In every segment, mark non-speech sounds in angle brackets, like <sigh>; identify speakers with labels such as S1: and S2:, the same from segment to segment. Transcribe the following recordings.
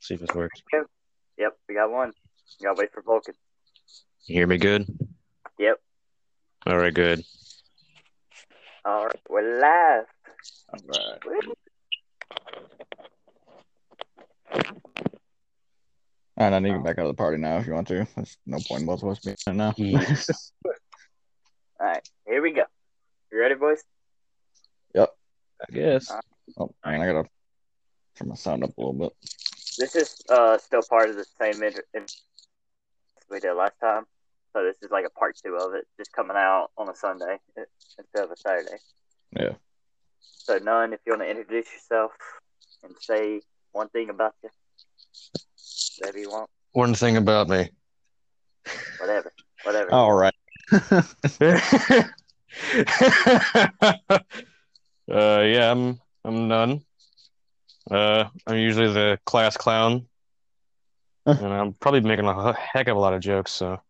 S1: See if this works.
S2: Yep, we got one. We gotta wait for Vulcan.
S1: You hear me good?
S2: Yep.
S1: All right, good.
S2: All right, we're live.
S3: All right.
S2: Woo.
S3: All right, I need to get back out of the party now if you want to. There's no point in both of us being there now.
S2: All right, here we go. You ready, boys?
S1: I guess.
S3: Oh, man, I gotta turn my sound up a little bit.
S2: This is uh still part of the same inter- in- we did last time, so this is like a part two of it, just coming out on a Sunday i- instead of a Saturday.
S3: Yeah.
S2: So, none, if you want to introduce yourself and say one thing about you, whatever you want,
S1: One thing about me. <laughs>
S2: whatever, whatever.
S3: All right.
S1: uh, yeah, I'm I'm none. Uh, I'm usually the class clown, and I'm probably making a heck of a lot of jokes. So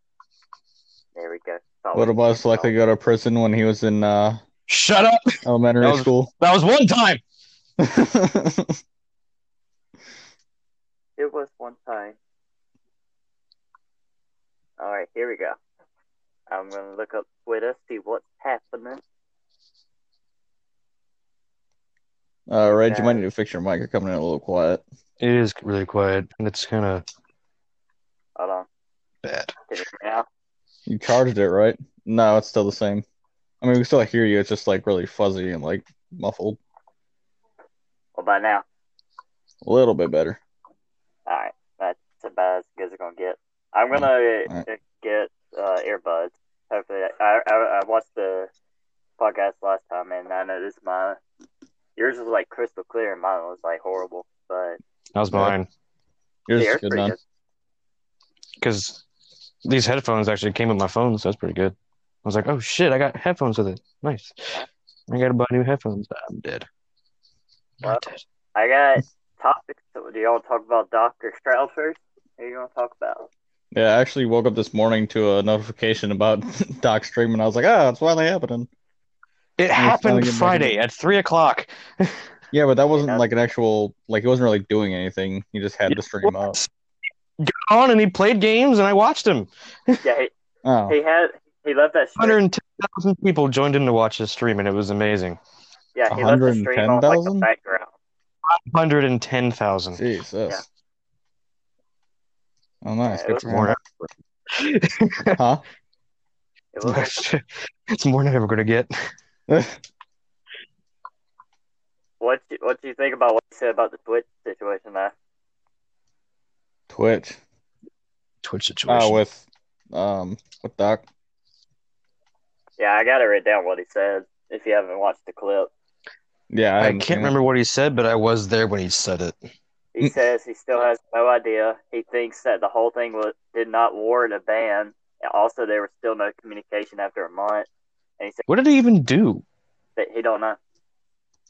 S2: There we go. Solid.
S3: Would have most likely go to prison when he was in uh,
S1: shut up.
S3: elementary
S1: That was-
S3: school.
S1: That was one time.
S2: It was one time. All right, here we go. I'm gonna look up Twitter, see what's happening.
S3: <laughs> uh, Reg, you might need to fix your mic. You're coming in a little quiet.
S1: It is really quiet, and it's kind of
S2: Hold on.
S1: bad.
S2: Can you hear me now?
S3: You charged it, right? No, it's still the same. I mean, we still hear you. It's just like really fuzzy and like muffled.
S2: Well, by now.
S3: A little bit better.
S2: All right, that's about as good as it's gonna get. I'm gonna
S3: All right.
S2: uh, get uh, earbuds. Hopefully, I, I I watched the podcast last time, and I noticed my yours was like crystal clear, and mine was like horrible. But
S1: That was
S3: Yeah.
S1: mine
S3: Yours
S2: they're
S3: is good
S2: pretty
S3: now.
S2: good.
S1: because these headphones actually came with my phone, so that's pretty good. I was like, oh shit, I got headphones with it. Nice. I gotta buy new headphones. I'm dead. I'm
S2: Well,
S1: dead.
S2: I got topics. So do y'all talk about Doctor Stroud first? Who you gonna talk about?
S3: Yeah, I actually woke up this morning to a notification about <laughs> Doc streaming. I was like, ah, it's finally happening.
S1: It
S3: finally
S1: happened
S3: get back
S1: Friday at three o'clock.
S3: Yeah, but that wasn't
S2: Yeah.
S3: like an actual like he wasn't really doing anything. He just had to stream up.
S1: Got on and he played games, and I watched him.
S2: Yeah, he,
S3: <laughs> Oh,
S2: he had he left that
S1: Hundred
S2: stream.
S1: and ten thousand people joined in to watch his stream, and it was amazing.
S2: Yeah, he left the stream on like the
S3: 110,000?
S2: background.
S1: Hundred and ten thousand.
S3: Jesus. Oh, nice.
S2: Yeah,
S3: Good
S2: it
S3: for
S1: was more-
S3: him. Huh?
S2: It was
S1: <laughs> it's more than I'm ever gonna get.
S2: What you, what do you think about what you said about the Twitch situation? There,
S3: <laughs> Twitch.
S1: Twitch situation.
S3: Oh, with um with Doc.
S2: yeah, I gotta write down what he said. If you haven't watched the clip,
S3: Yeah,
S1: I
S3: haven't seen
S1: can't
S3: it.
S1: remember what he said, but I was there when he said it.
S2: he
S3: Mm.
S2: says he still has no idea. He thinks that the whole thing was did not warrant a ban. And Also, there was still no communication after a month, and he said
S1: What did he even do?
S2: that he don't know.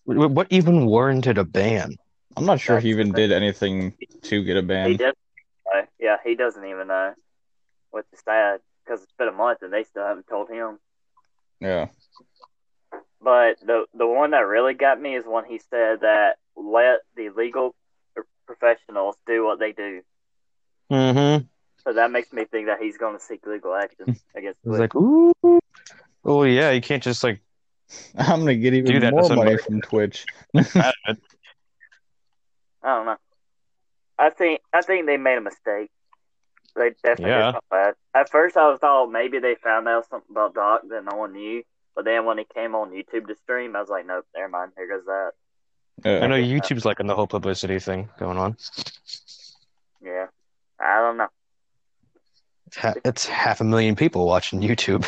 S1: Wh- What even warranted a ban?
S3: I'm not sure he
S2: That's-
S3: even did anything to get a
S2: He
S3: ban.
S2: doesn't. Know. Yeah, he doesn't even know. Which is sad because it's been a month and they still haven't told him.
S3: Yeah. <laughs>
S2: But the the one that really got me is when he said that let the legal professionals do what they do.
S1: Mm-hmm.
S2: So that makes me think that he's going to seek
S1: <laughs>
S2: legal action against
S1: It was like,
S2: Twitch.
S1: ooh, oh yeah, you can't just like
S3: I'm gonna get
S1: Do
S3: even
S1: that to
S3: more
S1: somebody.
S3: money from Twitch.
S2: I don't know. I think I think they made a mistake. They definitely
S1: Yeah.
S2: did something bad. At first, I thought maybe they found out something about Doc that no one knew. But then when he came on YouTube to stream, I was like, nope, never mind. Here goes that.
S1: I
S3: Yeah.
S1: know YouTube's like in the whole publicity thing going on.
S2: Yeah, I don't know.
S1: It's, ha- it's half a million people watching YouTube.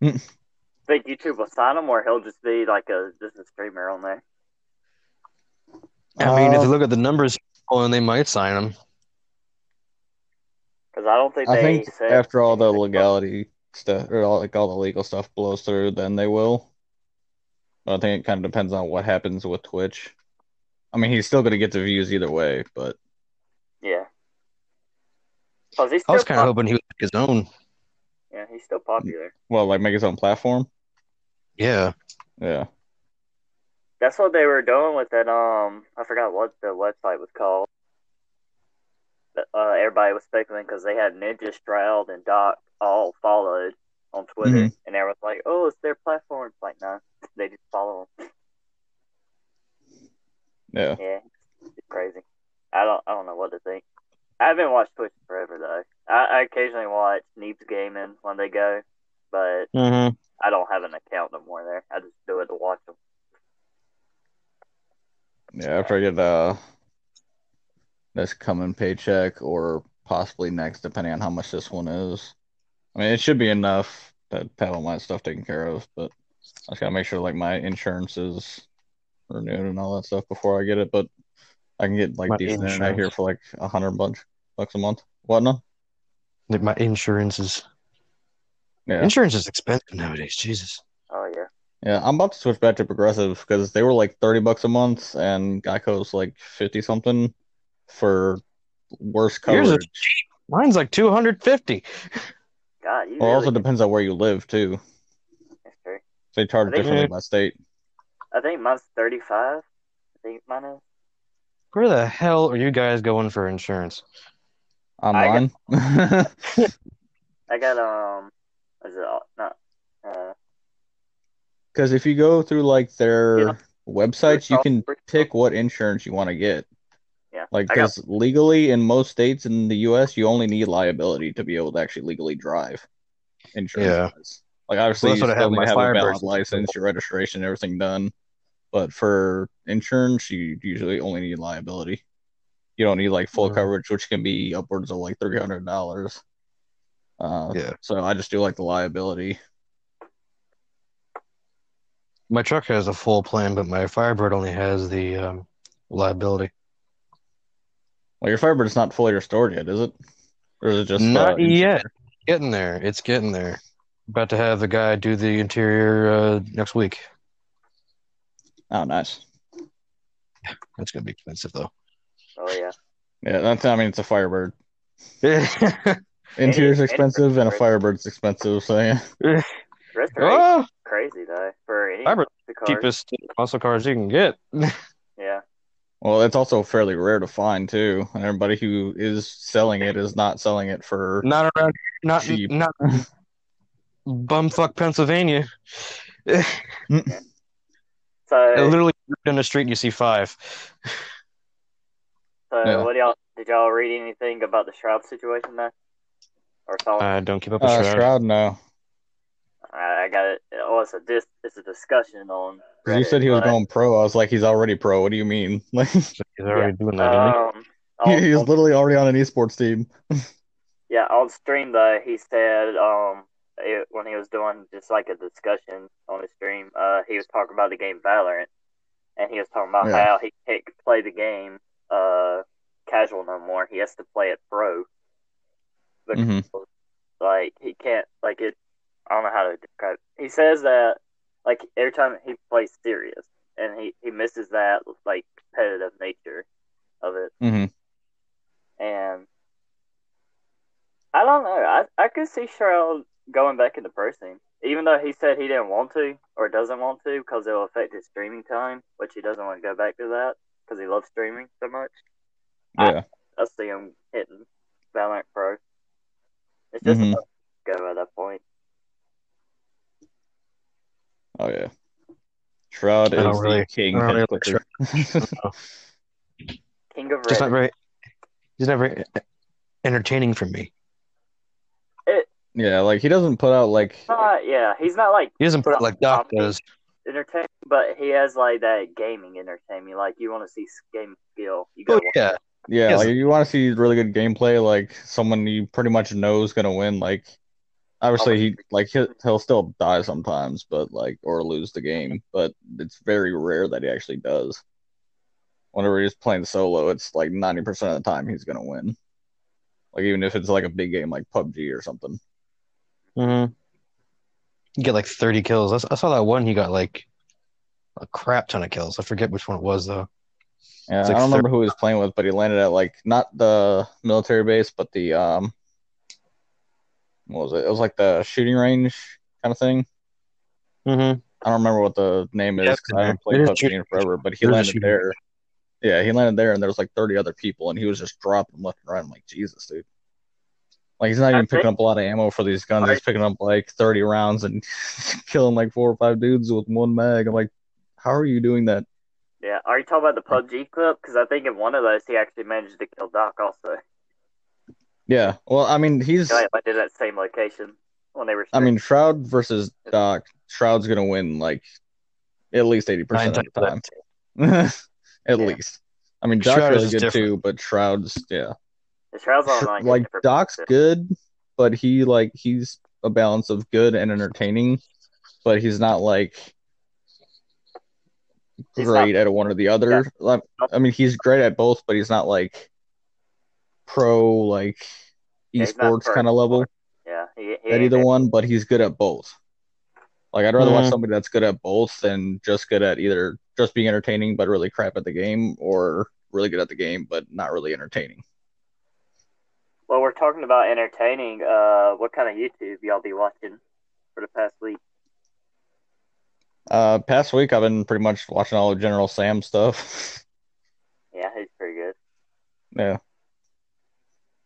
S2: Think YouTube will sign him, or he'll just be like a just a streamer on there.
S1: I mean, if
S3: Uh,
S1: you look at the numbers, oh, and they might sign him.
S2: Because I don't think
S3: I
S2: they
S3: think
S2: said
S3: after all the
S2: anything.
S3: legality stuff or all, like all the legal stuff blows through, then they will. But I think it kind of depends on what happens with Twitch. I mean, he's still going to get the views either way, but
S2: Yeah. Because he's
S1: I
S2: still
S1: was kind of
S2: pop-
S1: hoping he would make his own.
S2: yeah, he's still popular.
S3: well, like make his own platform.
S1: Yeah,
S3: Yeah.
S2: That's what they were doing with that. Um, I forgot what the website was called. uh, everybody was speculating because they had Ninja Stroud and Doc all followed on Twitter,
S3: Mm-hmm.
S2: and everyone's like, "Oh, it's their platform." It's like, no, they just follow them.
S3: Yeah.
S2: Yeah, it's crazy. I don't, I don't know what to think. I haven't watched Twitch forever though. I, I occasionally watch Neebs Gaming when they go, but
S1: Mm-hmm.
S2: I don't have an account no more there. I just do it to watch them.
S3: Yeah, I figured uh this coming paycheck or possibly next, depending on how much this one is. I mean, it should be enough to have all my stuff taken care of, but I just gotta make sure like my insurance is renewed and all that stuff before I get it. But I can get like
S1: My
S3: decent internet
S1: insurance.
S3: here for like a hundred bucks bucks a month. What no?
S1: Like my insurance is
S3: Yeah.
S1: insurance is expensive nowadays. Jesus.
S2: Oh yeah,
S3: Yeah, I'm about to switch back to Progressive because they were like 30 bucks a month and Geico's like 50 something for worse
S1: Yours is
S3: coverage.
S1: Mine's like two hundred fifty.
S2: God, you
S3: Well, it also
S2: really-
S3: depends on where you live too.
S2: that's true.
S3: They charge
S2: I think-
S3: differently by state.
S2: I think mine's thirty-five. I think mine is.
S1: Where the hell are you guys going for insurance?
S3: Online? <laughs>
S2: I got um, is it all- not? Uh,
S3: Because if you go through like their
S2: Yeah.
S3: websites, you can
S2: Free stuff.
S3: pick what insurance you want to get.
S2: Yeah.
S3: Like,
S2: I got-
S3: because legally in most states in the US, you only need liability to be able to actually legally drive insurance wise. Like, obviously,
S1: Well,
S3: you
S1: that's what I had
S3: still
S1: with
S3: need
S1: my
S3: to have a
S1: fire
S3: valid
S1: person.
S3: license, your registration, everything done. But for insurance, you usually only need liability. You don't need like full
S1: Mhm.
S3: coverage, which can be upwards of like $300. Uh,
S1: Yeah.
S3: So I just do like the liability.
S1: My truck has a full plan, but my Firebird only has the um, liability.
S3: Well, your Firebird's not fully restored yet, is it? Or is it just
S1: Not
S3: uh, interior?
S1: yet. Getting there. It's getting there. About to have the guy do the interior uh, next week.
S3: Oh, nice.
S1: That's gonna be expensive <laughs> though.
S2: oh yeah,
S3: Yeah, that's. I mean, it's a Firebird. Interior's
S2: any
S3: expensive, and a
S2: Firebird.
S3: Firebird's expensive. So yeah,
S2: restoration
S1: oh,
S2: crazy though for any
S1: Firebird,
S2: of the cars.
S1: cheapest muscle cars you can get.
S2: Yeah,
S3: well, it's also fairly rare to find too, and everybody who is selling it is not selling it for.
S1: Not around. Not
S3: Cheap.
S1: not. Bumfuck Pennsylvania.
S2: so
S1: Literally down the street, you see five.
S2: So
S3: Yeah.
S2: what y'all did y'all read anything about the Shroud situation though? Or saw
S1: I don't keep up with
S3: Uh,
S1: Shroud.
S3: Shroud, no,
S2: I, I got it. Oh, it's a dis. It's a discussion on.
S3: 'Cause you
S2: Reddit,
S3: said he was
S2: but,
S3: going pro. I was like, he's already pro. What do you mean? <laughs> Like, he's
S1: He's already doing that. isn't he?
S2: Um,
S3: <laughs>
S2: on,
S3: literally already on an esports team.
S2: yeah, on stream though he said um it, when he was doing just like a discussion on the stream uh he was talking about the game Valorant and he was talking about
S3: Yeah.
S2: how he can't play the game uh casual no more he has to play it pro because
S3: Mhm.
S2: like he can't like it i don't know how to describe it. he says that like every time he plays serious and he he misses that like competitive nature of it
S3: hmm
S2: and i don't know i i could see cheryl going back into pro scene even though he said he didn't want to or doesn't want to because it'll affect his streaming time which he doesn't want to go back to that because he loves streaming so much
S3: Yeah,
S2: I see him hitting Valorant Pro. It's just
S3: Mhm.
S2: about to go at that point.
S3: oh yeah. Shroud
S1: I
S3: is
S1: don't
S3: the
S1: really-
S3: king
S1: I don't
S3: head
S1: really like
S3: clicker.
S2: King of
S1: Just
S2: Red.
S1: not very. He's not very entertaining for me.
S3: yeah, like he doesn't put out like
S2: Uh, yeah, he's not like
S1: He doesn't put it like Doc does.
S2: entertaining, but he has like that gaming entertainment. Like you want to see s- game skill. You
S1: Oh
S2: go
S1: yeah,
S3: Yeah,
S1: Yes.
S3: like if you want to see really good gameplay, like someone you pretty much know is gonna win. Like obviously he like he'll, he'll still die sometimes, but like or lose the game, but it's very rare that he actually does. Whenever he's playing solo, it's like ninety percent of the time he's gonna win. Like even if it's like a big game like PUBG or something.
S1: hmm You get like 30 kills. I, s- I saw that one. He got like a crap ton of kills. I forget which one it was though.
S3: Yeah,
S1: It's
S3: I
S1: like
S3: don't remember who he was playing with, but he landed at like not the military base, but the um, what was it? It was like the shooting range kind of thing.
S1: Mm-hmm.
S3: I don't remember what the name is
S1: Yeah,
S3: 'cause I haven't
S1: it
S3: played
S1: is
S3: PUBG
S1: shooting
S3: in forever, but he
S1: It is a
S3: landed
S1: shooting
S3: there Yeah, he landed there, and there was like 30 other people, and he was just dropping left and right. I'm like, Jesus, dude. Like he's not
S2: I
S3: even picking
S2: think-
S3: up a lot of ammo for these guns. He's
S2: Right.
S3: picking up like 30 rounds and <laughs> killing like four or five dudes with one mag. I'm like, how are you doing that?
S2: Yeah, are you talking about the PUBG clip? Because I think in one of those he actually managed to kill Doc. Also,
S3: Yeah. Well, I mean, he's.
S2: yeah, I did that same location when they were.
S3: I mean, Shroud versus Doc. Shroud's gonna win like at least 80% of the time. <laughs>
S2: Yeah.
S3: at least. I mean, Doc's
S1: Shroud
S3: really
S1: is
S3: good
S1: different.
S3: too, but Shroud's yeah.
S2: the trials
S3: Sh-
S2: online.
S3: like Doc's
S2: good.
S3: good, but he like he's a balance of good and entertaining, but he's not like
S2: He's not-
S3: great at one or the other. Like, I mean, he's great at both, but he's not like pro like
S2: Yeah, he's not
S3: esports
S2: pro
S3: kind of level
S2: Yeah, he, he
S3: at
S2: ain't
S3: either
S2: that-
S3: one, but he's good at both. Like I'd rather watch
S1: Mhm.
S3: somebody that's good at both than just good at either just being entertaining but really crap at the game or really good at the game but not really entertaining.
S2: Well, we're talking about entertaining. Uh, what kind of YouTube y'all be watching for the past week?
S3: Uh past week I've been pretty much watching all of General Sam stuff. <laughs>
S2: Yeah, he's pretty good.
S3: yeah.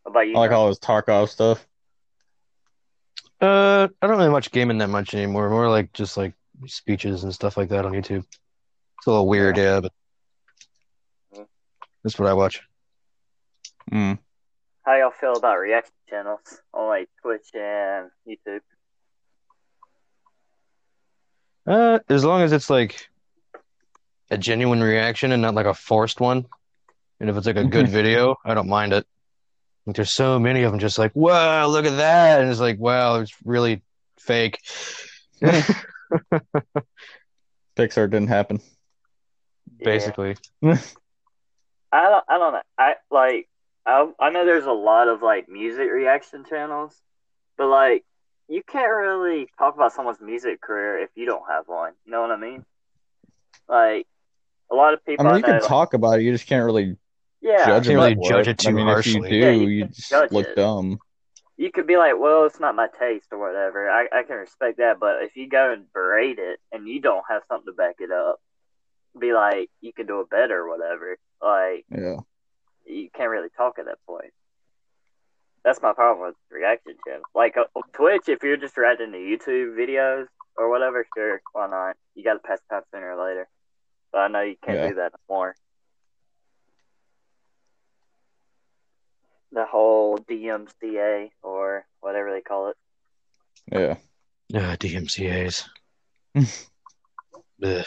S2: What about you?
S3: I like
S2: John?
S3: all his Tarkov stuff.
S1: Uh, I don't really watch gaming that much anymore. More like just like speeches and stuff like that on YouTube. It's a little weird, yeah, but that's what I watch. Hmm.
S3: Mm.
S2: How y'all feel about reaction channels on like Twitch and YouTube?
S1: Uh, as long as it's like a genuine reaction and not like a forced one, and if it's like a good video, I don't mind it. Like, there's so many of them, just like, whoa, look at that, and it's like, wow, it's really
S2: <laughs>
S1: fake.
S3: Pixar didn't happen.
S1: Basically,
S2: I don't, I don't know. I like I I know there's a lot of like music reaction channels, but like you can't really talk about someone's music career if you don't have one. You know what I mean? Like a lot of
S3: I
S2: people
S3: mean
S2: I,
S3: you can
S2: know,
S3: talk about it, you just can't really
S2: yeah,
S1: Can't
S3: judge him
S1: really
S3: for
S1: judge it
S3: I
S1: too
S3: mean,
S1: harshly.
S3: If you do,
S2: Yeah, you
S3: you
S2: can't
S3: just
S2: judge
S3: look
S2: it.
S3: dumb.
S2: you could be like, well, it's not my taste or whatever. I, I can respect that, but if you go and berate it and you don't have something to back it up, be like, you can do it better or whatever. Like,
S3: Yeah.
S2: you can't really talk at that point. That's my problem with reaction channels. Like uh, on Twitch, if you're just reacting to YouTube videos or whatever, sure, why not? You got to pass time sooner or later. But I know you can't
S3: Yeah.
S2: do that anymore. The whole DMCA or whatever they call it.
S3: Yeah.
S1: uh,
S2: <laughs>
S1: DMCA's. Ugh.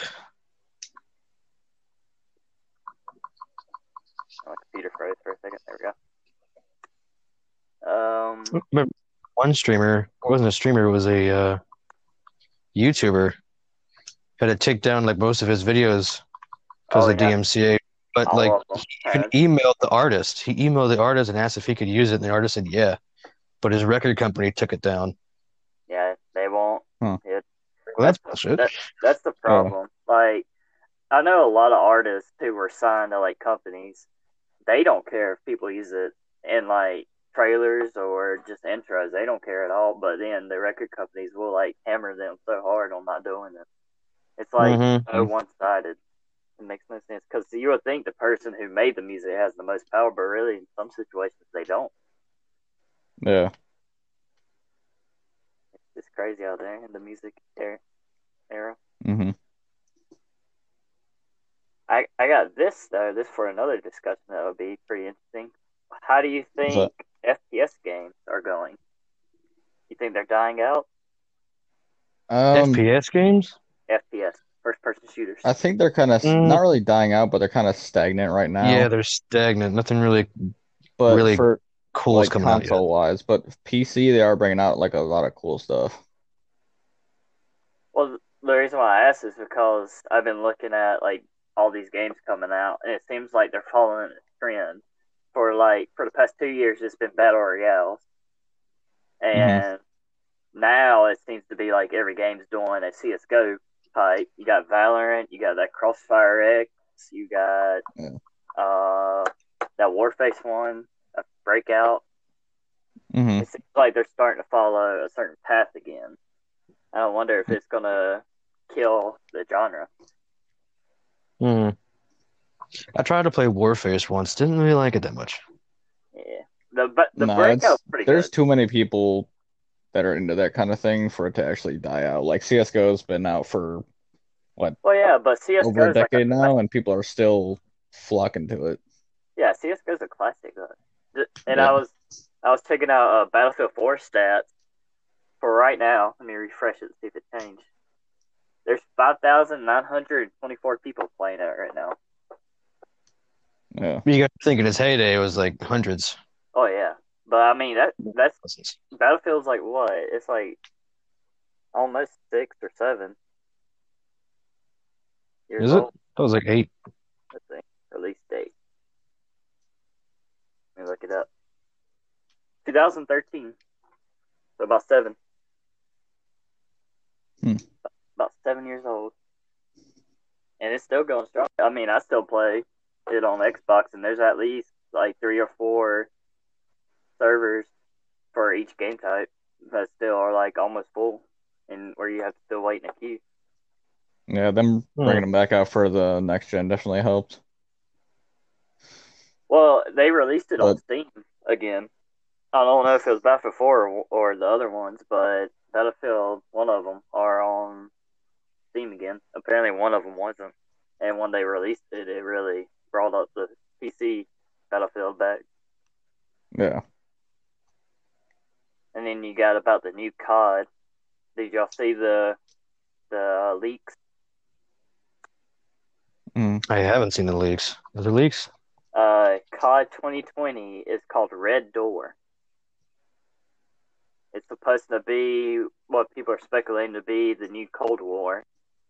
S2: My computer froze for a second. There we go. Um,
S1: remember one streamer it wasn't a streamer it was a uh, youtuber had to take down like most of his videos because
S2: Oh,
S1: of
S2: yeah.
S1: dmca but
S2: all
S1: like
S2: of them.
S1: he even emailed the artist he emailed the artist and asked if he could use it and the artist said yeah but his record company took it down
S2: Yeah, they won't.
S3: Hmm.
S2: It-
S1: well that's Oh. bullshit
S2: That- that's the problem. Like, I know a lot of artists who were signed to like companies. They don't care if people use it in like trailers or just intros. They don't care at all. But then the record companies will like hammer them so hard on not doing it. It's like
S1: Mhm.
S3: uh,
S2: so one sided. It makes no sense because you would think the person who made the music has the most power, but really in some situations they don't.
S3: Yeah.
S2: It's crazy out there in the music era. era.
S3: hmm
S2: I, I got this though. This for another discussion that would be pretty interesting. How do you
S3: What's
S2: think FPS games are going? You think they're dying out?
S3: Um,
S1: fps games
S2: FPS, first person shooters.
S3: I think they're kind of
S1: Mm.
S3: not really dying out, but they're kind of stagnant right now.
S1: yeah they're stagnant nothing really
S3: but
S1: really
S3: for
S1: cool is
S3: like
S1: coming out yet.
S3: console wise, but PC they are bringing out like a lot of cool stuff.
S2: Well, the reason why I asked is because I've been looking at like all these games coming out, and it seems like they're following a trend. For like for the past two years, it's been battle royales, and now it seems to be like every game's doing a CS:GO type. You got Valorant, you got that Crossfire X, you got
S3: Yeah.
S2: uh that Warface one, a Breakout
S3: Mm-hmm.
S2: it seems like they're starting to follow a certain path again. I wonder if it's gonna kill the genre.
S1: Mm. I tried to play Warface once. Didn't really like it that much.
S2: Yeah. The but the
S3: Nah, it's-
S2: breakout's pretty
S3: There's
S2: good.
S3: too many people that are into that kind of thing for it to actually die out. Like CS:GO's been out for
S2: Well, yeah, but CS:GO
S3: over a
S2: is like
S3: decade now, and people are still flocking to it.
S2: Yeah, CS:GO's a classic. Though. Th- And
S3: Yeah.
S2: I was I was checking out uh, Battlefield 4 stats for right now. Let me refresh it to see if it changed. There's 5,924 people playing it right now.
S3: Yeah,
S1: You got to think in its heyday, it was like hundreds,
S2: Oh yeah, but I mean that that's
S1: thousands.
S2: Battlefield's like what? It's like almost six or seven. Years
S1: Is it?
S2: old,
S1: That was like eight.
S2: I think release date. Let me look it up. 2013. So about seven.
S3: Hmm.
S2: About seven years old. And it's still going strong. I mean, I still play it on Xbox, and there's at least like three or four servers for each game type that still are like almost full, and where you have to still wait in a queue.
S3: yeah. Them
S1: Hmm.
S3: bringing them back out for the next gen definitely helped.
S2: Well, they released it on
S3: But-
S2: Steam again. I don't know if it was Battlefield 4 or, or the other ones, but Battlefield, one of them, are on Steam again. Apparently, one of them wasn't. And when they released it, it really brought up the PC Battlefield back.
S3: Yeah,
S2: And then you got about the new COD. Did y'all see the the uh, leaks?
S3: Mm.
S1: I haven't seen the leaks. Are there leaks?
S2: Uh, COD 2020 is called Red Door. It's supposed to be what people are speculating to be the new Cold War.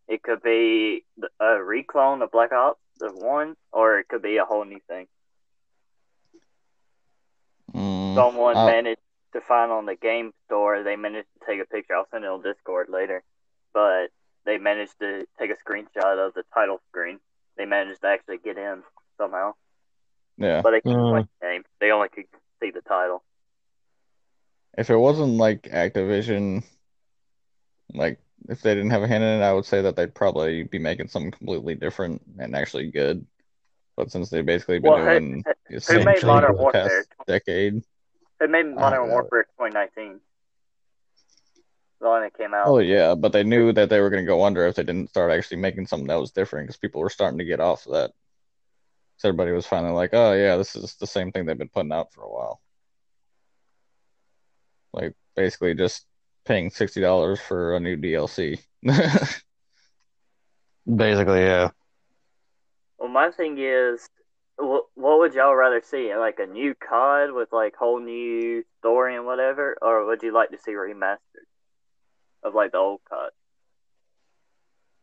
S2: It could be th- a reclone of Black Ops the one, or it could be a whole new thing.
S3: Mm.
S2: Someone
S3: I-
S2: managed to find on the game store. They managed to take a picture. I'll send it on Discord later, but they managed to take a screenshot of the title screen. They managed to actually get in somehow.
S3: yeah.
S2: But they can't
S1: Mm.
S2: play the game. They only could see the title.
S3: If it wasn't like Activision, like if they didn't have a hand in it, I would say that they'd probably be making something completely different and actually good. But since they've basically been
S2: Well, who-
S3: doing
S2: who-
S3: the same
S1: made
S3: thing
S1: Modern
S3: for the
S2: Warfare?
S3: past decade,
S2: They made Modern
S3: know.
S2: Warfare 2019. The one that came out.
S3: oh yeah, but they knew that they were going to go under if they didn't start actually making something that was different because people were starting to get off of that. So everybody was finally like, oh yeah, this is the same thing they've been putting out for a while. Like basically just paying sixty dollars for a new <laughs> DLC.
S1: Mm-hmm. Basically, yeah.
S2: Well, my thing is, wh- what would y'all rather see? Like a new COD with like whole new story and whatever, or would you like to see remastered of like the old COD?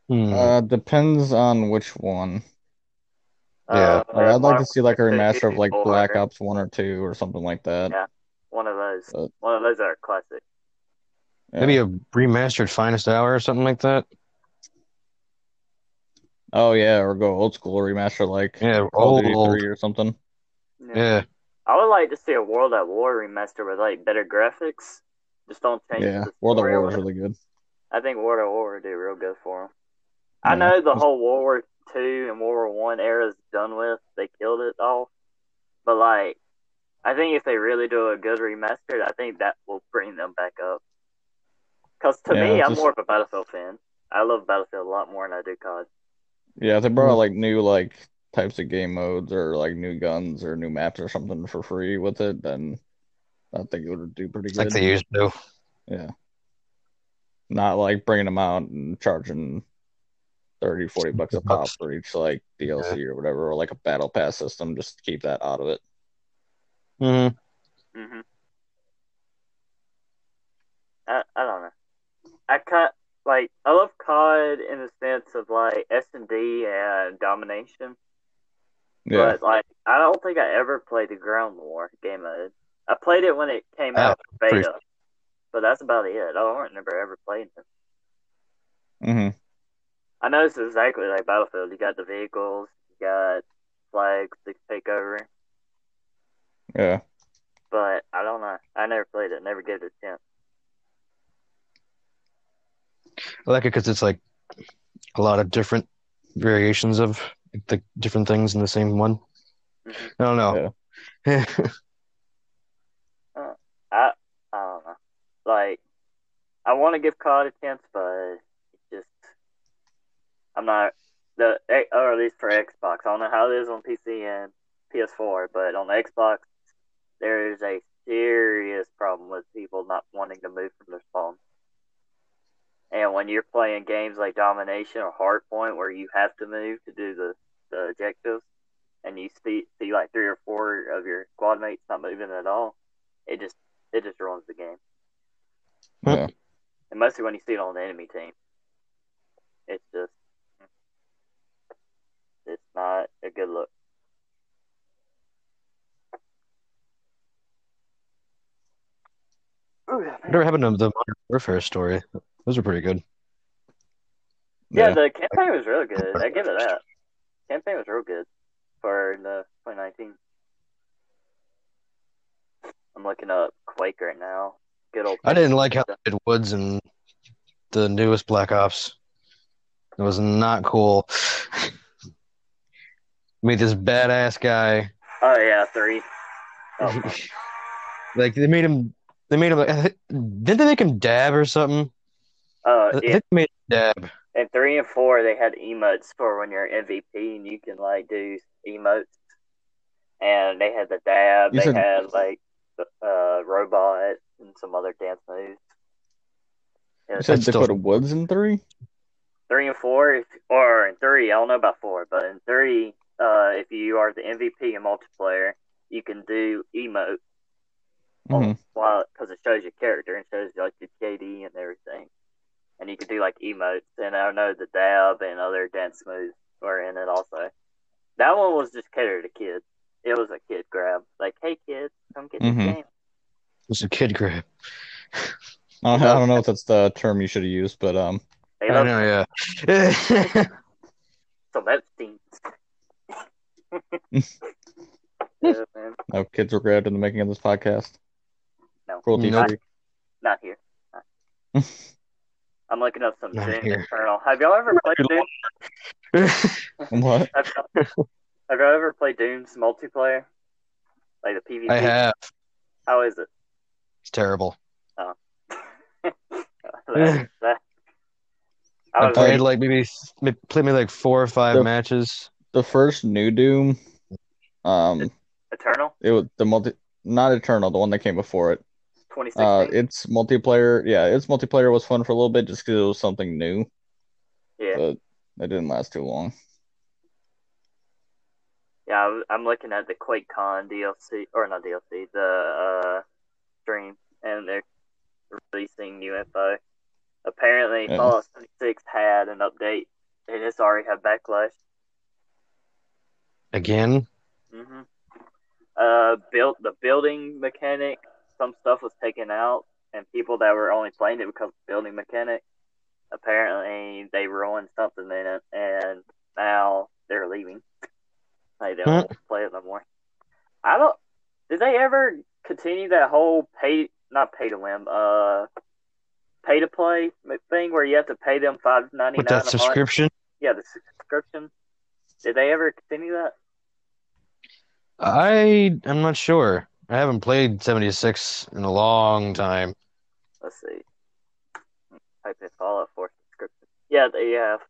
S1: Hmm.
S3: Uh, depends on which one.
S1: Yeah.
S3: Like, I'd like
S2: Uh, Modern
S3: to see like a
S2: Warfare 2,
S3: remaster of like Black
S2: 400,
S3: Ops One or Two or something like that.
S2: Yeah. One of those.
S3: Uh,
S2: one of those are classic.
S1: Maybe a remastered Finest Hour or something like that.
S3: Oh yeah, or go old school remaster like
S1: Yeah,
S3: Call of
S1: old,
S3: Duty
S1: old.
S3: Three or something.
S1: Yeah,
S2: I would like to see a World at War remaster with like better graphics. Just don't change
S3: Yeah,
S2: the
S3: World of
S2: story or
S3: War is
S2: whatever.
S3: really good.
S2: I think World at War would do real good for him. I
S3: Yeah.
S2: know the whole World War Two and World War One era is done with. They killed it all, but like, I think if they really do a good remastered, I think that will bring them back up. Cause to me,
S3: Yeah,
S2: I'm
S3: just-
S2: more of a Battlefield fan. I love Battlefield a lot more than I do COD.
S3: Yeah, if they brought out
S1: Mm.
S3: like new like types of game modes or like new guns or new maps or something for free with it, then I think it would do pretty
S1: like
S3: good.
S1: they used to.
S3: Yeah. Not like bringing them out and charging 30, 40 bucks a pop
S1: Bucks.
S3: for each like DLC or whatever, or like a battle pass system, just to keep that out of it.
S1: hmm
S2: Mm-hmm. I, I don't know. I cut like I love COD in the sense of like S and D and domination.
S3: Yeah.
S2: But like, I don't think I ever played the Ground War game mode. I played it when it came out in
S1: pretty-
S2: beta, but that's about it. I don't remember ever playing it.
S3: hmm
S2: I know it's exactly like Battlefield. You got the vehicles, you got flags to take over,
S3: Yeah.
S2: but I don't know. I never played it. Never gave it a chance.
S1: I like it because it's like a lot of different variations of like the different things in the same one.
S2: Mhm.
S1: I don't know.
S2: I don't know. Like, I want to give COD a chance, but it's just I'm not the or at least for Xbox. I don't know how it is on PC and PS4, but on Xbox, there is a serious problem with people not wanting to move from their phone. And when you're playing games like Domination or Hardpoint, where you have to move to do the, the objectives, and you see see like three or four of your squad mates not moving at all, it just it just ruins the game.
S3: Yeah.
S2: And mostly when you see it on the enemy team. It's just it's not a good look. Ooh, man.
S1: Whatever happened to the Modern Warfare story? Those are pretty good.
S2: Yeah,
S3: Yeah.
S2: the campaign was real good. I give it that. Campaign was real good for the 2019. I'm looking up Quake right now. Good old.
S1: I didn't like how they did Woods and the newest Black Ops. It was not cool. <laughs> Made this badass
S2: <laughs>
S1: guy
S2: Oh yeah, three. Oh, my.
S1: like they made him. They made him. Like, didn't they make him dab or something? I
S2: uh,
S1: think
S2: yeah.
S1: they made him dab.
S2: And three and four, they had emotes for when you're MVP and you can like do emotes. And they had the dab.
S3: You
S2: they
S3: said-
S2: had like the uh, robot and some other dance moves. It
S3: You
S2: was
S3: said
S1: I'd
S3: they
S1: still-
S3: put Woods in three?
S2: three and four, if- or in three, I don't know about four, but in three, uh, if you are the MVP in multiplayer, you can do emote
S1: Oh.
S3: Mhm.
S2: while because it shows your character and shows like your KD and everything, and you can do like emotes. And I know the dab and other dance moves were in it also. That one was just catered to kids. It was a kid grab, like, "Hey kids, come get this
S3: Mhm.
S2: game."
S1: It was a kid grab.
S3: I, don't, I don't know if that's the term you should have used, but um,
S2: They
S1: I
S2: love
S1: know, <laughs> yeah.
S2: some Epstein. <laughs> yeah, man.
S3: no kids were grabbed in the making of this podcast.
S2: No.
S3: Cruelty
S1: Nope.
S3: free.
S2: Not here. Not- I'm looking up some
S1: Not
S2: Doom
S1: here.
S2: Eternal. Have y'all ever played Doom?
S3: What?
S2: Have, y'all- have y'all ever played Doom's multiplayer? Like the PvP?
S1: I have.
S2: How is it? <laughs>
S1: It's terrible.
S2: That- that- I
S1: I
S2: was
S1: played
S2: like,
S1: like maybe maybe- played maybe like four or five
S3: The-
S1: matches.
S3: The first new Doom, um,
S2: Eternal
S3: it was the multi, not Eternal, the one that came before it. Uh,
S2: 2016.
S3: its multiplayer, yeah, its multiplayer was fun for a little bit just because it was something new.
S2: yeah,
S3: But it didn't last too long.
S2: yeah. I was- I'm looking at the QuakeCon DLC or not DLC, the uh, stream, and they're releasing new info. Apparently,
S1: Uh-huh.
S3: Yeah.
S2: Fallout 76 had an update, and it's already had backlash.
S1: Again?
S2: hmm Uh, built the building mechanic. Some stuff was taken out, and people that were only playing it because of the building mechanic. Apparently, they ruined something in it, and now they're leaving. Like
S1: Hmm.
S2: they don't play it no more. I don't. Did they ever continue that whole pay? Not pay to win. Uh, pay to play thing where you have to pay them five ninety
S1: With
S2: nine
S1: that
S2: a month.
S1: subscription?
S2: Yeah, the subscription. Did they ever continue that?
S1: I I'm not sure. I haven't played 76 in a long time.
S2: Let's see. Type in Fallout 4 subscription. Yeah, <laughs> they have.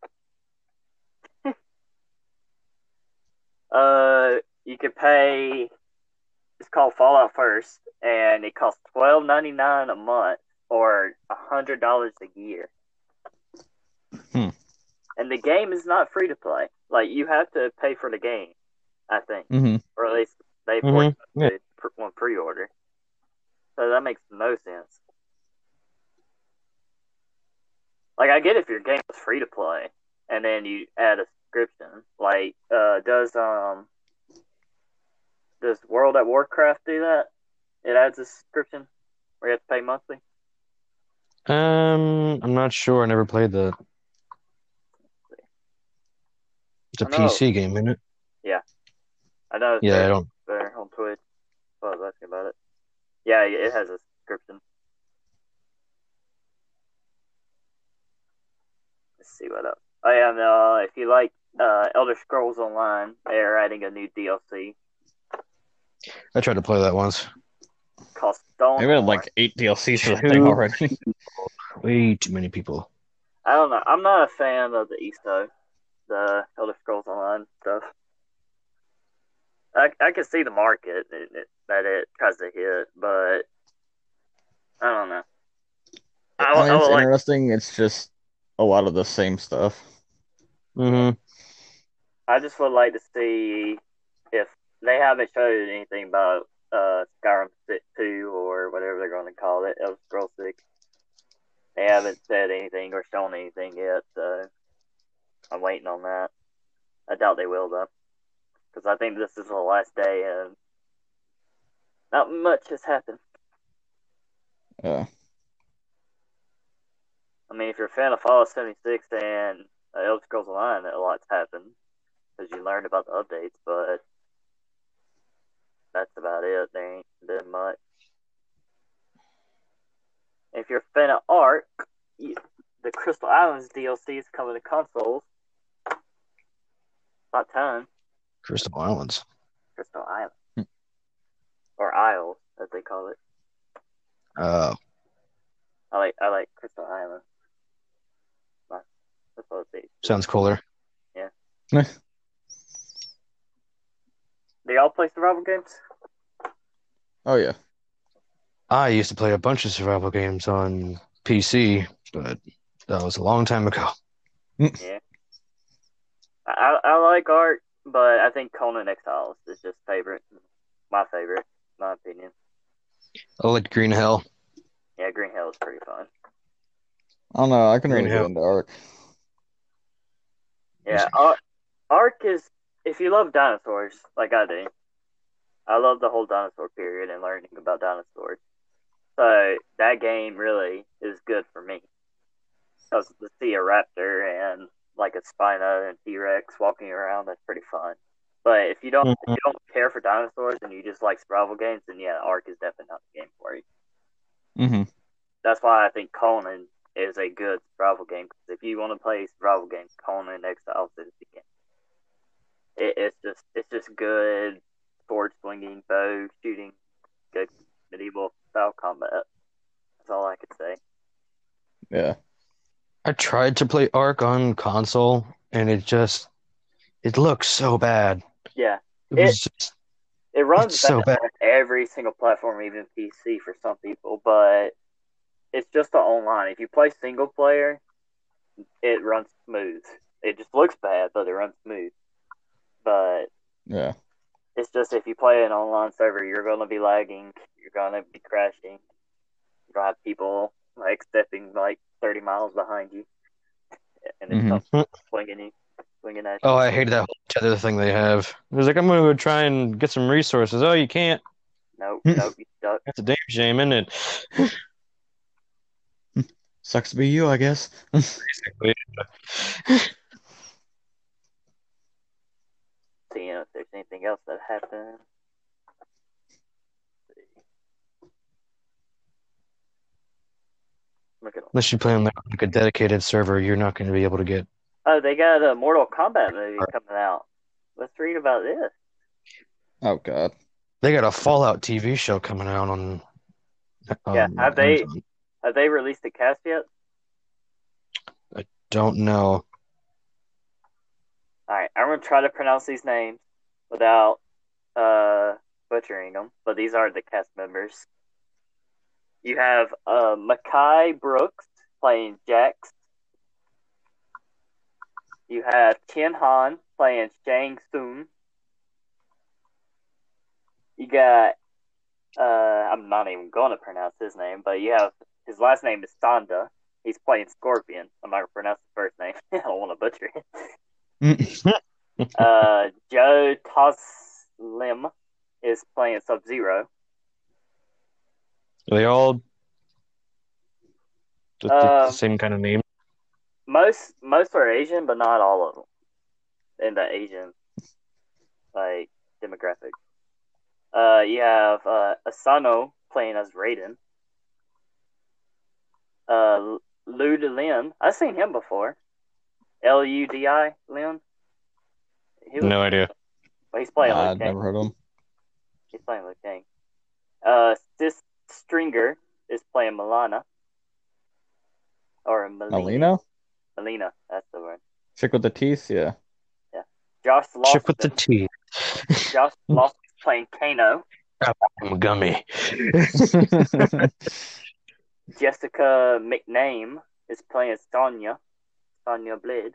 S2: uh, you could pay. It's called Fallout First, and it costs twelve ninety nine a month or hundred dollars a year.
S3: Hmm.
S2: And the game is not free to play. Like you have to pay for the game, I think,
S3: hmm
S2: or at least they
S1: Mhm,
S2: force you
S1: yeah.
S2: to pr- on pre order. So that makes no sense. Like I get if your game was free to play and then you add a subscription. Like uh does um does World at Warcraft do that? It adds a subscription where you have to pay monthly.
S1: Um I'm not sure. I never played that. It's a
S2: I know.
S1: PC game, isn't it?
S2: I know it's
S1: Yeah, I
S2: there,
S1: don't
S2: there on Twitch. I was asking about it. Yeah, it has a subscription. Let's see what else. Oh yeah, no, if you like uh, Elder Scrolls Online. They're adding a new DLC
S1: I tried to play that once.
S2: called Stone.
S3: They've had like eight DLCs for that thing
S1: Two.
S3: already.
S1: Way too many people.
S2: I don't know. I'm not a fan of the ESO, the Elder Scrolls Online stuff. I I can see the market that it, that it tries to hit, but I don't know. I,
S3: I
S2: would-
S3: mean,
S2: I
S3: it's
S2: would like
S3: interesting. It's just a lot of the same stuff.
S1: Mm-hmm.
S2: I just would like to see if they haven't showed anything about uh, Skyrim 6 2 or whatever they're going to call it, Elder Scrolls 6. They haven't said anything or shown anything yet, so I'm waiting on that. I doubt they will, though, because I think this is the last day and not much has happened.
S3: Yeah.
S2: I mean, if you're a fan of Fallout 76 and uh, Elder Scrolls Online, a lot's happened because you learned about the updates, but that's about it. There ain't been much. If you're a fan of Ark, you, the Crystal Islands DLC is coming to consoles. About time.
S1: Crystal Islands.
S2: Crystal Island. Or Isles, as they call it.
S1: Uh,
S2: I like I like Crystal Island. My- That's what it is.
S1: sounds cooler.
S2: Do y'all play survival games?
S3: Oh yeah.
S1: I used to play a bunch of survival games on PC, but that was a long time ago.
S2: I, I like art, but I think Conan Exiles is just favorite. My favorite, in my opinion.
S1: I like Green Hell.
S2: Yeah, Green Hell is pretty fun.
S3: I don't know. I can
S1: Green
S3: really
S1: Hill.
S3: get into Ark.
S2: Yeah, Ar- Ark is if you love dinosaurs like I do. I love the whole dinosaur period and learning about dinosaurs. So that game really is good for me. Because to see a raptor and like a Spino and T Rex walking around, that's pretty fun. But if you don't if you don't care for dinosaurs and you just like survival games, then yeah, Ark is definitely not the game for you.
S3: Mm-hmm.
S2: that's why I think Conan is a good survival game. 'cause if you want to play survival games, Conan Exiles is the game. It, it's just it's just good sword swinging, bow shooting, good medieval style combat. That's all I could say.
S3: Yeah.
S1: I tried to play Ark on console, and it just it looks so bad.
S2: Yeah,
S1: It was just,
S2: it runs
S1: It's so
S2: bad on every single platform, even PC for some people, but it's just the online. If you play single player, it runs smooth. It just looks bad, but it runs smooth. But
S3: Yeah.
S2: It's just if you play an online server, you're going to be lagging, you're going to be crashing, you're going to have people like stepping like 30 miles behind you, and it's
S3: Mhm.
S2: something swinging you, swinging at you.
S1: oh, I hated that whole tether thing they have. It was like I'm gonna go try and get some resources. Oh, you can't.
S2: Nope, nope, you stuck.
S1: That's a damn shame, isn't it?
S3: Sucks to be you, I guess.
S2: Seeing if there's anything else that happened. Look at
S1: Unless you play on like a dedicated server, you're not going to be able to get.
S2: oh, they got a Mortal Kombat movie coming out. Let's read about this.
S3: oh God.
S1: They got a Fallout TV show coming out on. on
S2: Yeah, have they-
S1: Amazon.
S2: Have they released the cast yet?
S1: Don't know.
S2: All right, I'm gonna try to pronounce these names without uh, butchering them, but these are the cast members. You have uh, Makai Brooks playing Jax. You have Chen Han playing Shang Tsung. You got uh, I'm not even gonna pronounce his name, but you have his last name is Sonda. He's playing Scorpion. I'm not gonna pronounce his first name. <laughs> I don't want to butcher it uh, Joe Toslim is playing Sub Zero.
S1: Are they all the, the-
S2: Uh,
S1: the same kind of name?
S2: Most most are Asian, but not all of them in the Asian like demographic. Uh, you have uh, Asano playing as Raiden. Uh, Lud Lin, I've seen him before. L U D I Lin He was,
S1: No idea.
S2: but he's playing
S3: Nah,
S2: Luke
S3: I've
S2: Kang.
S3: never heard of him.
S2: He's playing Luke Kang. Uh, Sis Stringer is playing Milana. Or Melina.
S3: Melina?
S2: Melina, that's the word.
S3: Chick with the teeth? <laughs> Yeah.
S2: Josh Lawson.
S1: Chip with the T. <laughs>
S2: Josh Lawson is playing Kano.
S1: I'm gummy.
S2: Jessica McName is playing Sonya. Sonya Blade.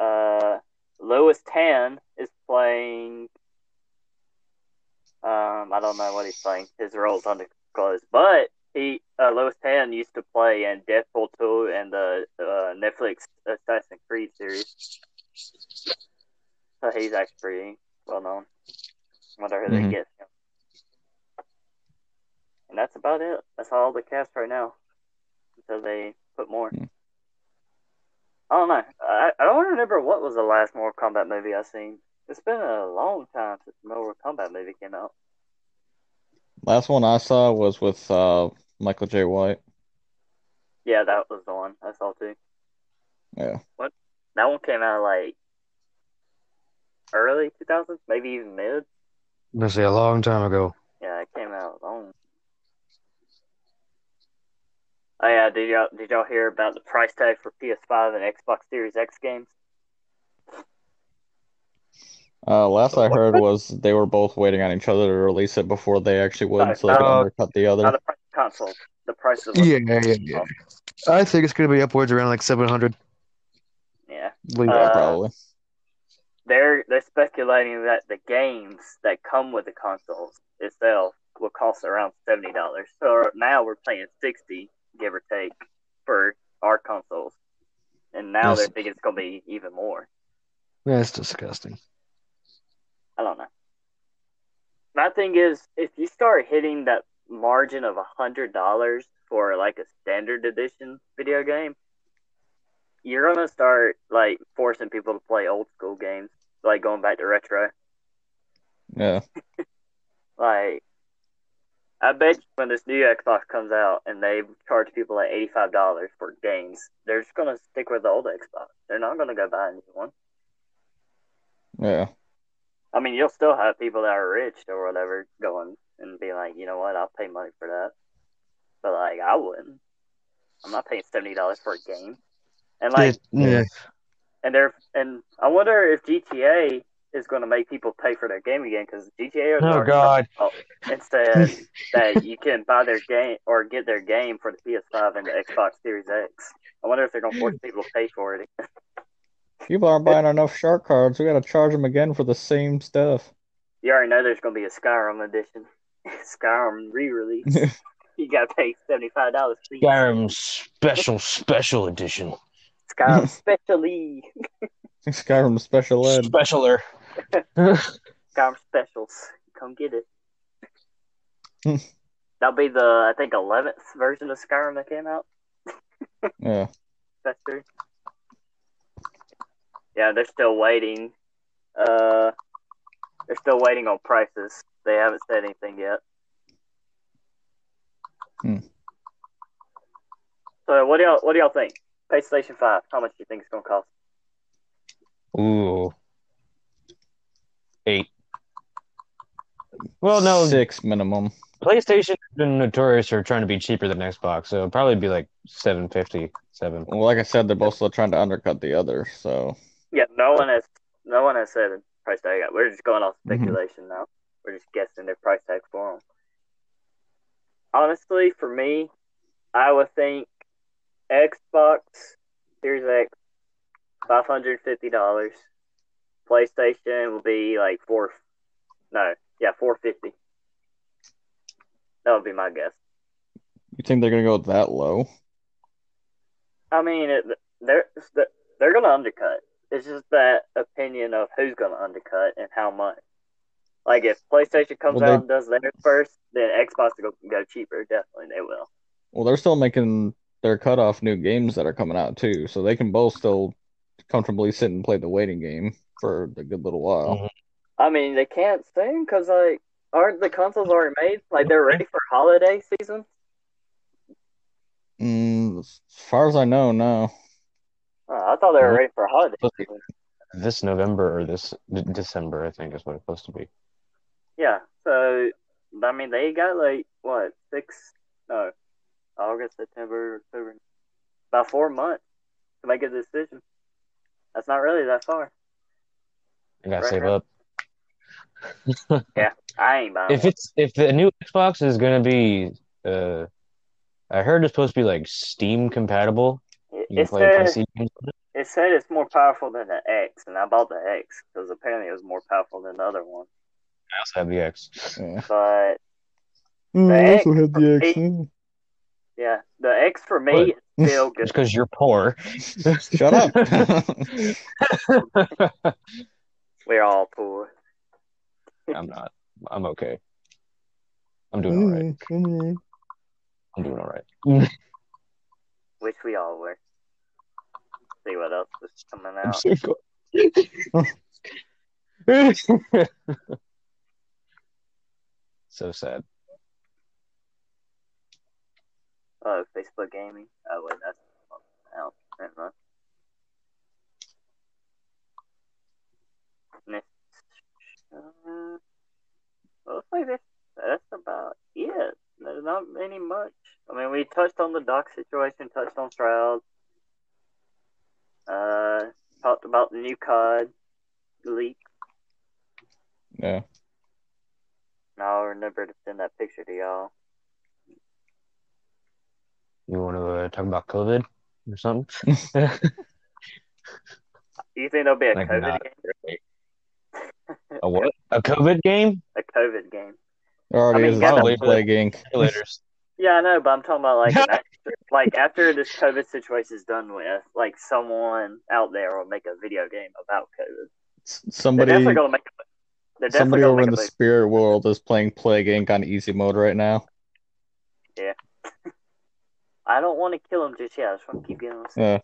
S2: Uh, Lois Tan is playing. Um, I don't know what he's playing. His role's undisclosed, but he uh, Lois Tan used to play in Deadpool two and the uh, Netflix Assassin's Creed series. So he's actually pretty well known. Wonder who
S3: Mhm.
S2: they get him. And that's about it. That's all the cast right now. Until they put more.
S3: Hmm.
S2: I don't know. I, I don't remember what was the last Mortal Kombat movie I seen. It's been a long time since the Mortal Kombat movie came out.
S3: Last one I saw was with uh, Michael J. White.
S2: Yeah, that was the one I saw too.
S3: Yeah.
S2: That one came out like early 2000s, maybe even mid.
S1: I'm gonna say a long time ago.
S2: Yeah, it came out long. Oh yeah, did y'all did y'all hear about the price tag for PS5 and Xbox Series X games?
S3: Uh, last I
S2: What?
S3: heard was they were both waiting on each other to release it before they actually would, so they could
S1: Uh,
S3: undercut the other.
S2: Not the price of console, the price of
S1: yeah,
S2: yeah.
S1: I think it's gonna be upwards around like 700.
S2: yeah.
S3: Yeah,
S2: uh,
S3: probably.
S2: They're they're speculating that the games that come with the consoles itself will cost around seventy dollars. So now we're paying sixty, give or take, for our consoles, and now
S1: That's-
S2: they're thinking it's gonna be even more.
S1: That's disgusting.
S2: I don't know. My thing is, if you start hitting that margin of a hundred dollars for like a standard edition video game, you're gonna start like forcing people to play old school games, like going back to retro.
S3: Yeah.
S2: Like, I bet you when this new Xbox comes out and they charge people like eighty five dollars for games, they're just gonna stick with the old Xbox. They're not gonna go buy a new one.
S3: Yeah.
S2: I mean, you'll still have people that are rich or whatever going and be like, you know what, I'll pay money for that. But like, I wouldn't. I'm not paying seventy dollars for a game. And like,
S1: It- yeah.
S2: and they're and I wonder if GTA is going to make people pay for their game again because GTA. <laughs> is
S1: Oh,
S2: already-
S1: God.
S2: Oh, It says that you can buy their game or get their game for the PS5 and the Xbox Series X. I wonder if they're going to force people to pay for it.
S3: People aren't buying enough shark cards. We gotta charge them again for the same stuff. <laughs>
S2: You already know there's going to be a Skyrim edition, <laughs> Skyrim re-release. you got to pay seventy five dollars.
S1: Skyrim special special edition.
S2: Skyrim specially.
S3: Skyrim special ed.
S1: Specialer.
S2: Skyrim specials. Come get it.
S3: Hmm.
S2: That'll be the I think eleventh version of Skyrim that came out.
S3: Yeah.
S2: That's true. Yeah, they're still waiting. Uh, they're still waiting on prices. They haven't said anything yet.
S3: Hmm.
S2: So what do y'all what do y'all think? PlayStation Five. How much do you think it's gonna cost?
S1: <laughs> Ooh. Eight. Well, no,
S3: Six minimum.
S1: PlayStation has been notorious for trying to be cheaper than Xbox, so it'll probably be like 750, 7.
S3: Well, like I said, they're both still trying to undercut the other, so
S2: Yeah, no one has no one has said the price tag. yet. We're just going off speculation now. We're just guessing their price tag for them. Honestly, for me, I would think Xbox Series X five hundred fifty dollars. PlayStation will be like four. No, yeah, four fifty. That would be my guess.
S3: you think they're gonna go that low?
S2: I mean, it, they're they're gonna undercut. It's just that opinion of who's gonna undercut and how much. Like if PlayStation comes
S3: Well, they-
S2: out and does theirs first, then Xbox will go, go cheaper. Definitely, they will.
S3: Well, they're still making their cutoff new games that are coming out too, so they can both still comfortably sit and play the waiting game for a good little while.
S2: I mean, they can't soon because like aren't the consoles already made? Like they're ready for holiday season.
S3: Mm, as far as I know, no.
S2: Oh, I thought they were ready for holiday.
S3: But-
S2: season.
S4: this November or this D- December, I think is what it's supposed to be.
S2: Yeah. So I mean, they got like what six? No, August, September, October. About four months to make a decision. That's not really that far.
S4: I gotta
S2: Right,
S4: save
S2: right.
S4: up.
S2: I ain't buying.
S4: If
S2: one.
S4: it's if the new Xbox is gonna be, uh, I heard it's supposed to be like Steam compatible.
S2: it,
S4: You can
S2: it
S4: play
S2: said
S4: PC games. on it.
S2: it said it's more powerful than the X, and I bought the X because apparently it was more powerful than the other one.
S4: I also have the X.
S3: Yeah.
S2: But
S3: I also
S2: X
S3: Mm, had the X.
S2: yeah, the X for me
S4: What?
S2: is
S4: <laughs>
S2: still Oh, good.
S4: Just because
S2: <laughs>
S4: you're poor.
S3: Shut <laughs> up.
S2: We're all poor.
S4: I'm not. I'm okay. I'm doing
S2: Mm.
S4: all
S3: Mm, <laughs>
S4: right. I'm doing all right.
S2: Which we all were. See what else is coming
S4: I'm
S2: out.
S4: so <laughs> glad. <laughs> so sad.
S2: Oh, Facebook gaming. Oh wait, that's out. Never mind. Next, uh, well, looks like that's, that's about it. There's not any much. I mean, we touched on the doc situation, touched on Stroud, uh, talked about the new COD leak.
S3: yeah.
S2: And I'll remember to send that picture to y'all.
S4: You want to uh, talk about COVID or something?
S2: Do you think there'll be a
S4: Like
S2: COVID
S4: not.
S2: game?
S4: A what? A COVID game?
S2: A COVID game.
S3: There already
S2: I mean,
S3: is
S2: God,
S3: a
S4: I'm-
S3: State Plague Inc.
S4: Simulators.
S2: Yeah, I know, but I'm talking about
S3: <laughs>
S2: like an after, like after this COVID situation is done with, like someone out there will make a video game about COVID.
S3: S-
S2: They're
S3: Somebody,
S2: definitely gonna make. A, they're definitely
S3: somebody
S2: gonna
S3: over
S2: make
S3: in
S2: a
S3: the
S2: movie.
S3: spirit world is playing Plague Inc. on easy mode right now.
S2: I don't want to kill him just yet. I just want to keep getting him.
S3: Yeah.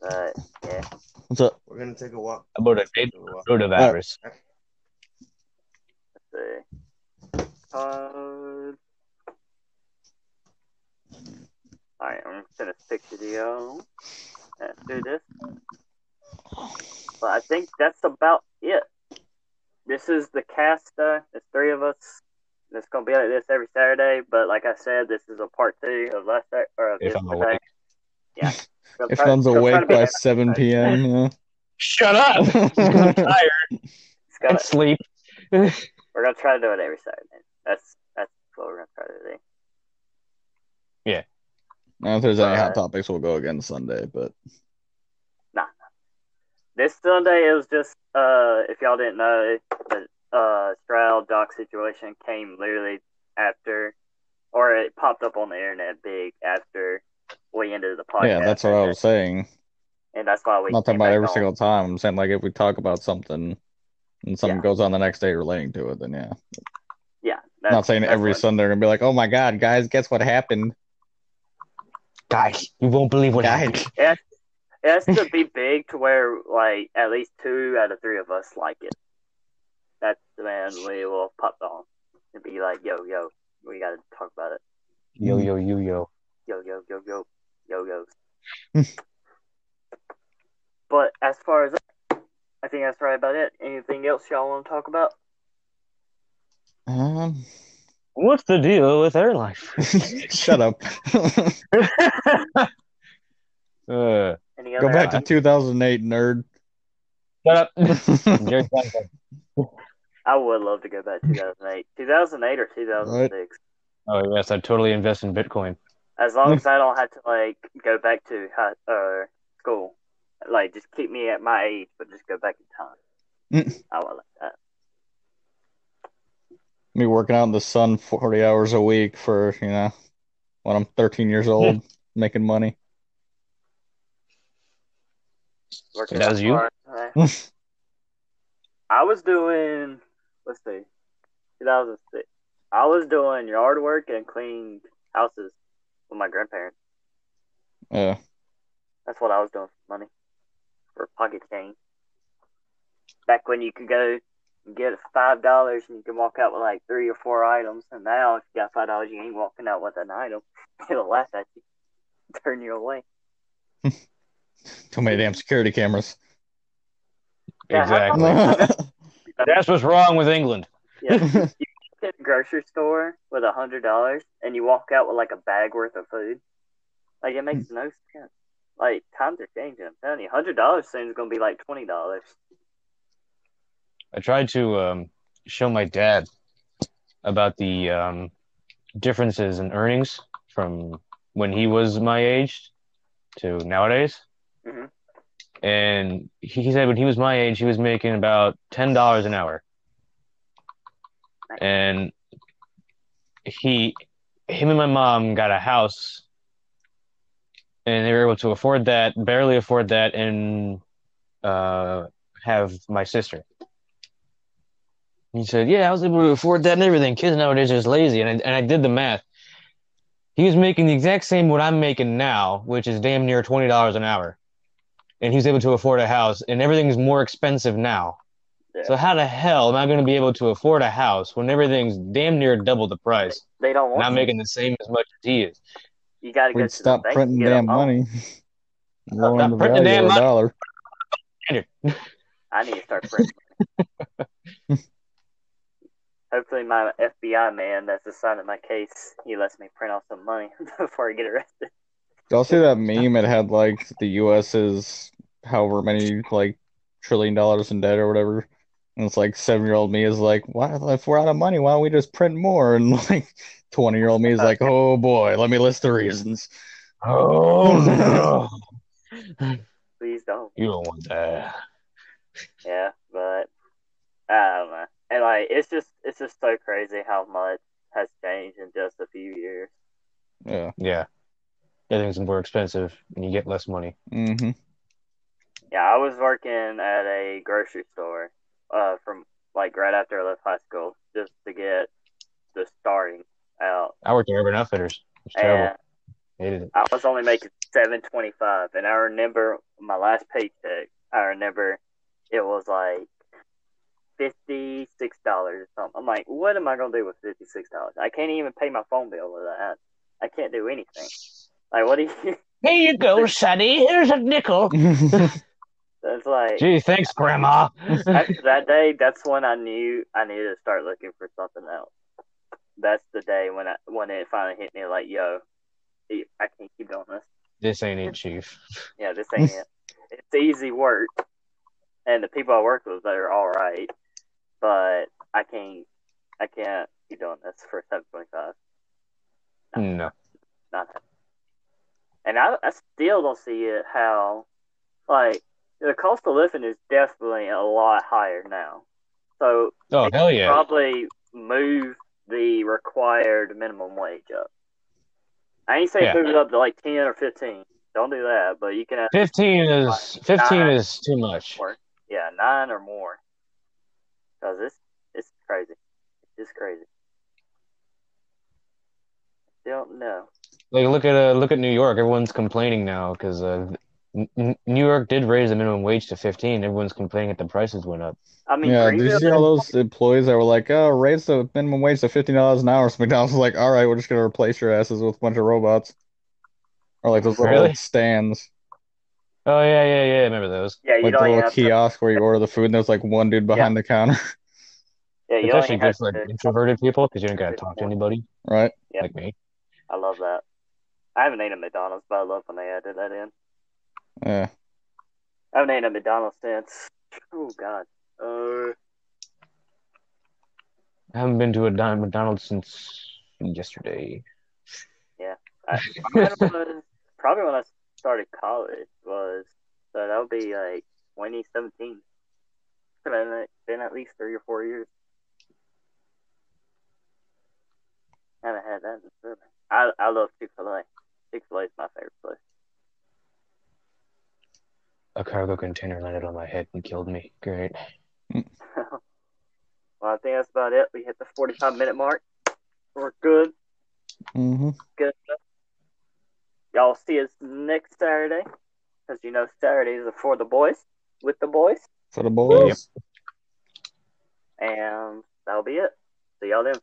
S2: But
S3: What's up?
S1: We're gonna take a walk.
S4: About a dead
S1: Take a walk.
S4: rotavirus.
S2: let's see. Uh, all right, I'm gonna send a picture to y'all after this. But I think that's about it. This is the cast. Uh, there's three of us. It's gonna be like this every Saturday. But like I said, this is a part two of last Sat- or of
S4: If
S2: this
S4: I'm
S2: Saturday.
S4: awake. <laughs>
S2: Yeah. We'll
S3: If
S2: try-
S3: one's
S2: we'll try
S3: awake
S2: to be
S3: by
S2: back. <laughs>
S3: 7 p.m.,
S4: Shut up!
S3: <laughs> yeah.
S2: It's
S4: and
S2: gonna-
S4: sleep.
S2: We're gonna try to do it every Saturday. That's that's what we're gonna try to do.
S3: <laughs> Now, if there's any hot
S2: Alright.
S3: topics, we'll go again Sunday. But
S2: This Sunday it was just uh if y'all didn't know the uh Stroud doc situation came literally after or it popped up on the internet big after we ended the podcast.
S3: yeah, that's what I was saying.
S2: and that's why we
S3: I'm not talking
S2: came back
S3: about every
S2: on.
S3: single time. I'm saying like if we talk about something and something
S2: Yeah.
S3: goes on the next day relating to it, then yeah.
S2: yeah.
S3: I'm
S2: That's,
S3: not saying
S2: that's
S3: every
S2: what-
S3: Sunday they're gonna be like, oh my god, guys, guess what happened?
S4: Guys, you won't believe what
S3: Guys.
S4: happened.
S2: It has to be big to where like at least two out of three of us like it. That's when we will pop on and be like, yo, yo, we gotta talk about it.
S4: Yo, yo, yo, yo.
S2: yo yo yo yo yo yo.
S3: Hmm.
S2: but as far as I think that's right about it. Anything else y'all want to talk about?
S3: Um,
S4: What's the deal with airline?
S3: shut up.
S4: <laughs>
S3: <laughs>
S4: Uh,
S2: Any other?
S3: go back to
S2: <laughs>
S3: 2008, nerd. <laughs>
S4: shut up. Jerry Seinfeld.
S2: I would love to go back to 2008, 2008 or 2006.
S4: oh, yes, I totally invest in Bitcoin.
S2: As
S3: Hmm.
S2: long as I don't have to like go back to high, uh, school, like just keep me at my age, but just go back in
S3: Hmm.
S2: time. I would like that.
S3: Me working out in the sun 40 hours a week for you know when I'm 13
S2: <laughs>
S3: years old, making money.
S2: Working
S4: That was you?
S2: hard.
S4: <laughs>
S2: I was doing, let's see, 2006. I was doing yard work and cleaning houses with my grandparents.
S3: Yeah,
S2: That's what I was doing for money, for pocket change. Back when you could go and get five dollars and you could walk out with like three or four items, and now if you got five dollars, you ain't <laughs> walking out with an item. It'll laugh at you, turn you away.
S3: Too many damn security cameras.
S2: <laughs> Yeah, how
S3: <laughs>
S4: exactly. That's what's wrong with England. <laughs>
S2: Yeah, to the grocery store with a hundred dollars and you walk out with like a bag worth of food. Like it
S3: Hmm.
S2: makes no sense. Like times are changing. I'm telling you, hundred dollars soon is gonna be like twenty dollars.
S4: I tried to um, show my dad about the um, differences in earnings from when he was my age to nowadays.
S2: Mhm.
S4: And he he said when he was my age, he was making about ten dollars an hour,
S2: Nice.
S4: and he, him and my mom got a house, and they were able to afford that, barely afford that, and uh, have my sister. He said, "Yeah, I was able to afford that and everything. Kids nowadays are just lazy." And I, and I did the math. He was making the exact same what I'm making now, which is damn near twenty dollars an hour, and he was able to afford a house. And everything's more expensive now.
S2: Yeah.
S4: So how the hell am I going to be able to afford a house when everything's damn near double the price?
S2: They don't
S4: And
S2: want
S4: I'm
S2: you.
S4: making the same as much as he is.
S2: you gotta go
S3: We'd
S2: to the
S3: stop
S2: bank
S3: printing
S2: and get a
S3: damn
S2: loan.
S3: money. Lowering the
S4: Stop
S3: value
S4: printing
S3: of
S4: damn
S3: a
S4: money.
S3: dollar.
S2: I need to start printing.
S3: <laughs>
S2: money. Hopefully, my FBI man that's assigned to my case, he lets me print off some money <laughs> before I get arrested.
S3: Y'all see that meme? It had like the U.S. is however many like trillion dollars in debt or whatever, and it's like seven-year-old me is like, "Why? If we're out of money, why don't we just print more?" And like twenty-year-old me
S2: <laughs>
S3: is like, "Oh boy, let me list the reasons."
S4: Oh no!
S2: Please don't.
S4: you don't want that.
S2: Yeah, but I don't know. And like, it's just it's just so crazy how much has changed in just a few years.
S3: Yeah.
S4: Yeah, everything's more expensive, and you get less money.
S2: <laughs>
S3: Mm-hmm.
S2: Yeah, I was working at a grocery store uh, from like right after I left high school just to get the starting out.
S4: I worked at Urban Outfitters. It's terrible.
S2: And
S4: Hated it.
S2: I was only making seven twenty five, and I remember my last paycheck. I remember it was like fifty six dollars or something. I'm like, what am I gonna do with fifty six dollars? I can't even pay my phone bill with that. I can't do anything. Like, what do you? <laughs>
S4: Here you go, Sonny. Here's a nickel.
S2: It's like
S4: Gee, thanks, Grandma.
S2: <laughs> After that day, that's when I knew I needed to start looking for something else. That's the day when I when it finally hit me, like, yo, I can't keep doing this.
S4: this ain't it, Chief.
S2: Yeah, this ain't it. It's easy work, and the people I work with they're all right, but I can't, I can't keep doing this for seven twenty five.
S4: No.
S2: Not happening. And I, I still don't see it how, like, the cost of living is definitely a lot higher now. So
S4: Oh hell yeah!
S2: probably move the required minimum wage up. I ain't saying
S4: Yeah.
S2: move it up to like ten or fifteen. Don't do that, but you can have
S4: Fifteen is fifteen is too much.
S2: more. Yeah, nine or more. Cause it's it's crazy. It's just crazy. Don't know.
S4: Like look at uh, look at New York. Everyone's complaining now because uh, N- N- New York did raise the minimum wage to fifteen. Everyone's complaining that the prices went up.
S2: I mean,
S3: Yeah, did you see all
S2: Greenville-
S3: those employees that were like, "Oh, raise the minimum wage to fifteen dollars an hour"? So McDonald's was like, <laughs> "All right, we're just gonna replace your asses with a bunch of robots," or like those little
S4: Really?
S3: stands.
S4: Oh yeah, yeah, yeah. I Remember those?
S2: yeah, you
S3: like the
S2: don't even
S3: little
S2: have to,
S3: kiosk where you order the food and there's like one dude behind the counter, <laughs>
S2: yeah, you
S4: It's
S2: don't
S4: actually
S2: even
S4: good
S2: have
S4: for like
S2: to-
S4: introverted people because you don't gotta talk to anybody
S3: right?
S2: Yeah.
S4: like me.
S2: I love that. I haven't eaten McDonald's, but I love when they added that in.
S3: Yeah.
S2: I haven't eaten at McDonald's since. Oh God. Uh,
S4: I haven't been to a Don- McDonald's since yesterday.
S2: mine was <laughs> probably when I started college was so that would be like 2017. So then it- Been at least three or four years. Haven't had that in forever. I I love Chick Fil A. Chick Fil A is my favorite place.
S4: A cargo container landed on my head and killed me. Great.
S2: well, I think that's about it. We hit the 45 minute mark. We're good.
S3: hmm
S2: good stuff. Y'all see us next Saturday, because you know Saturdays are for the boys, with the boys,
S3: For the boys.
S2: and that'll be it. See y'all then.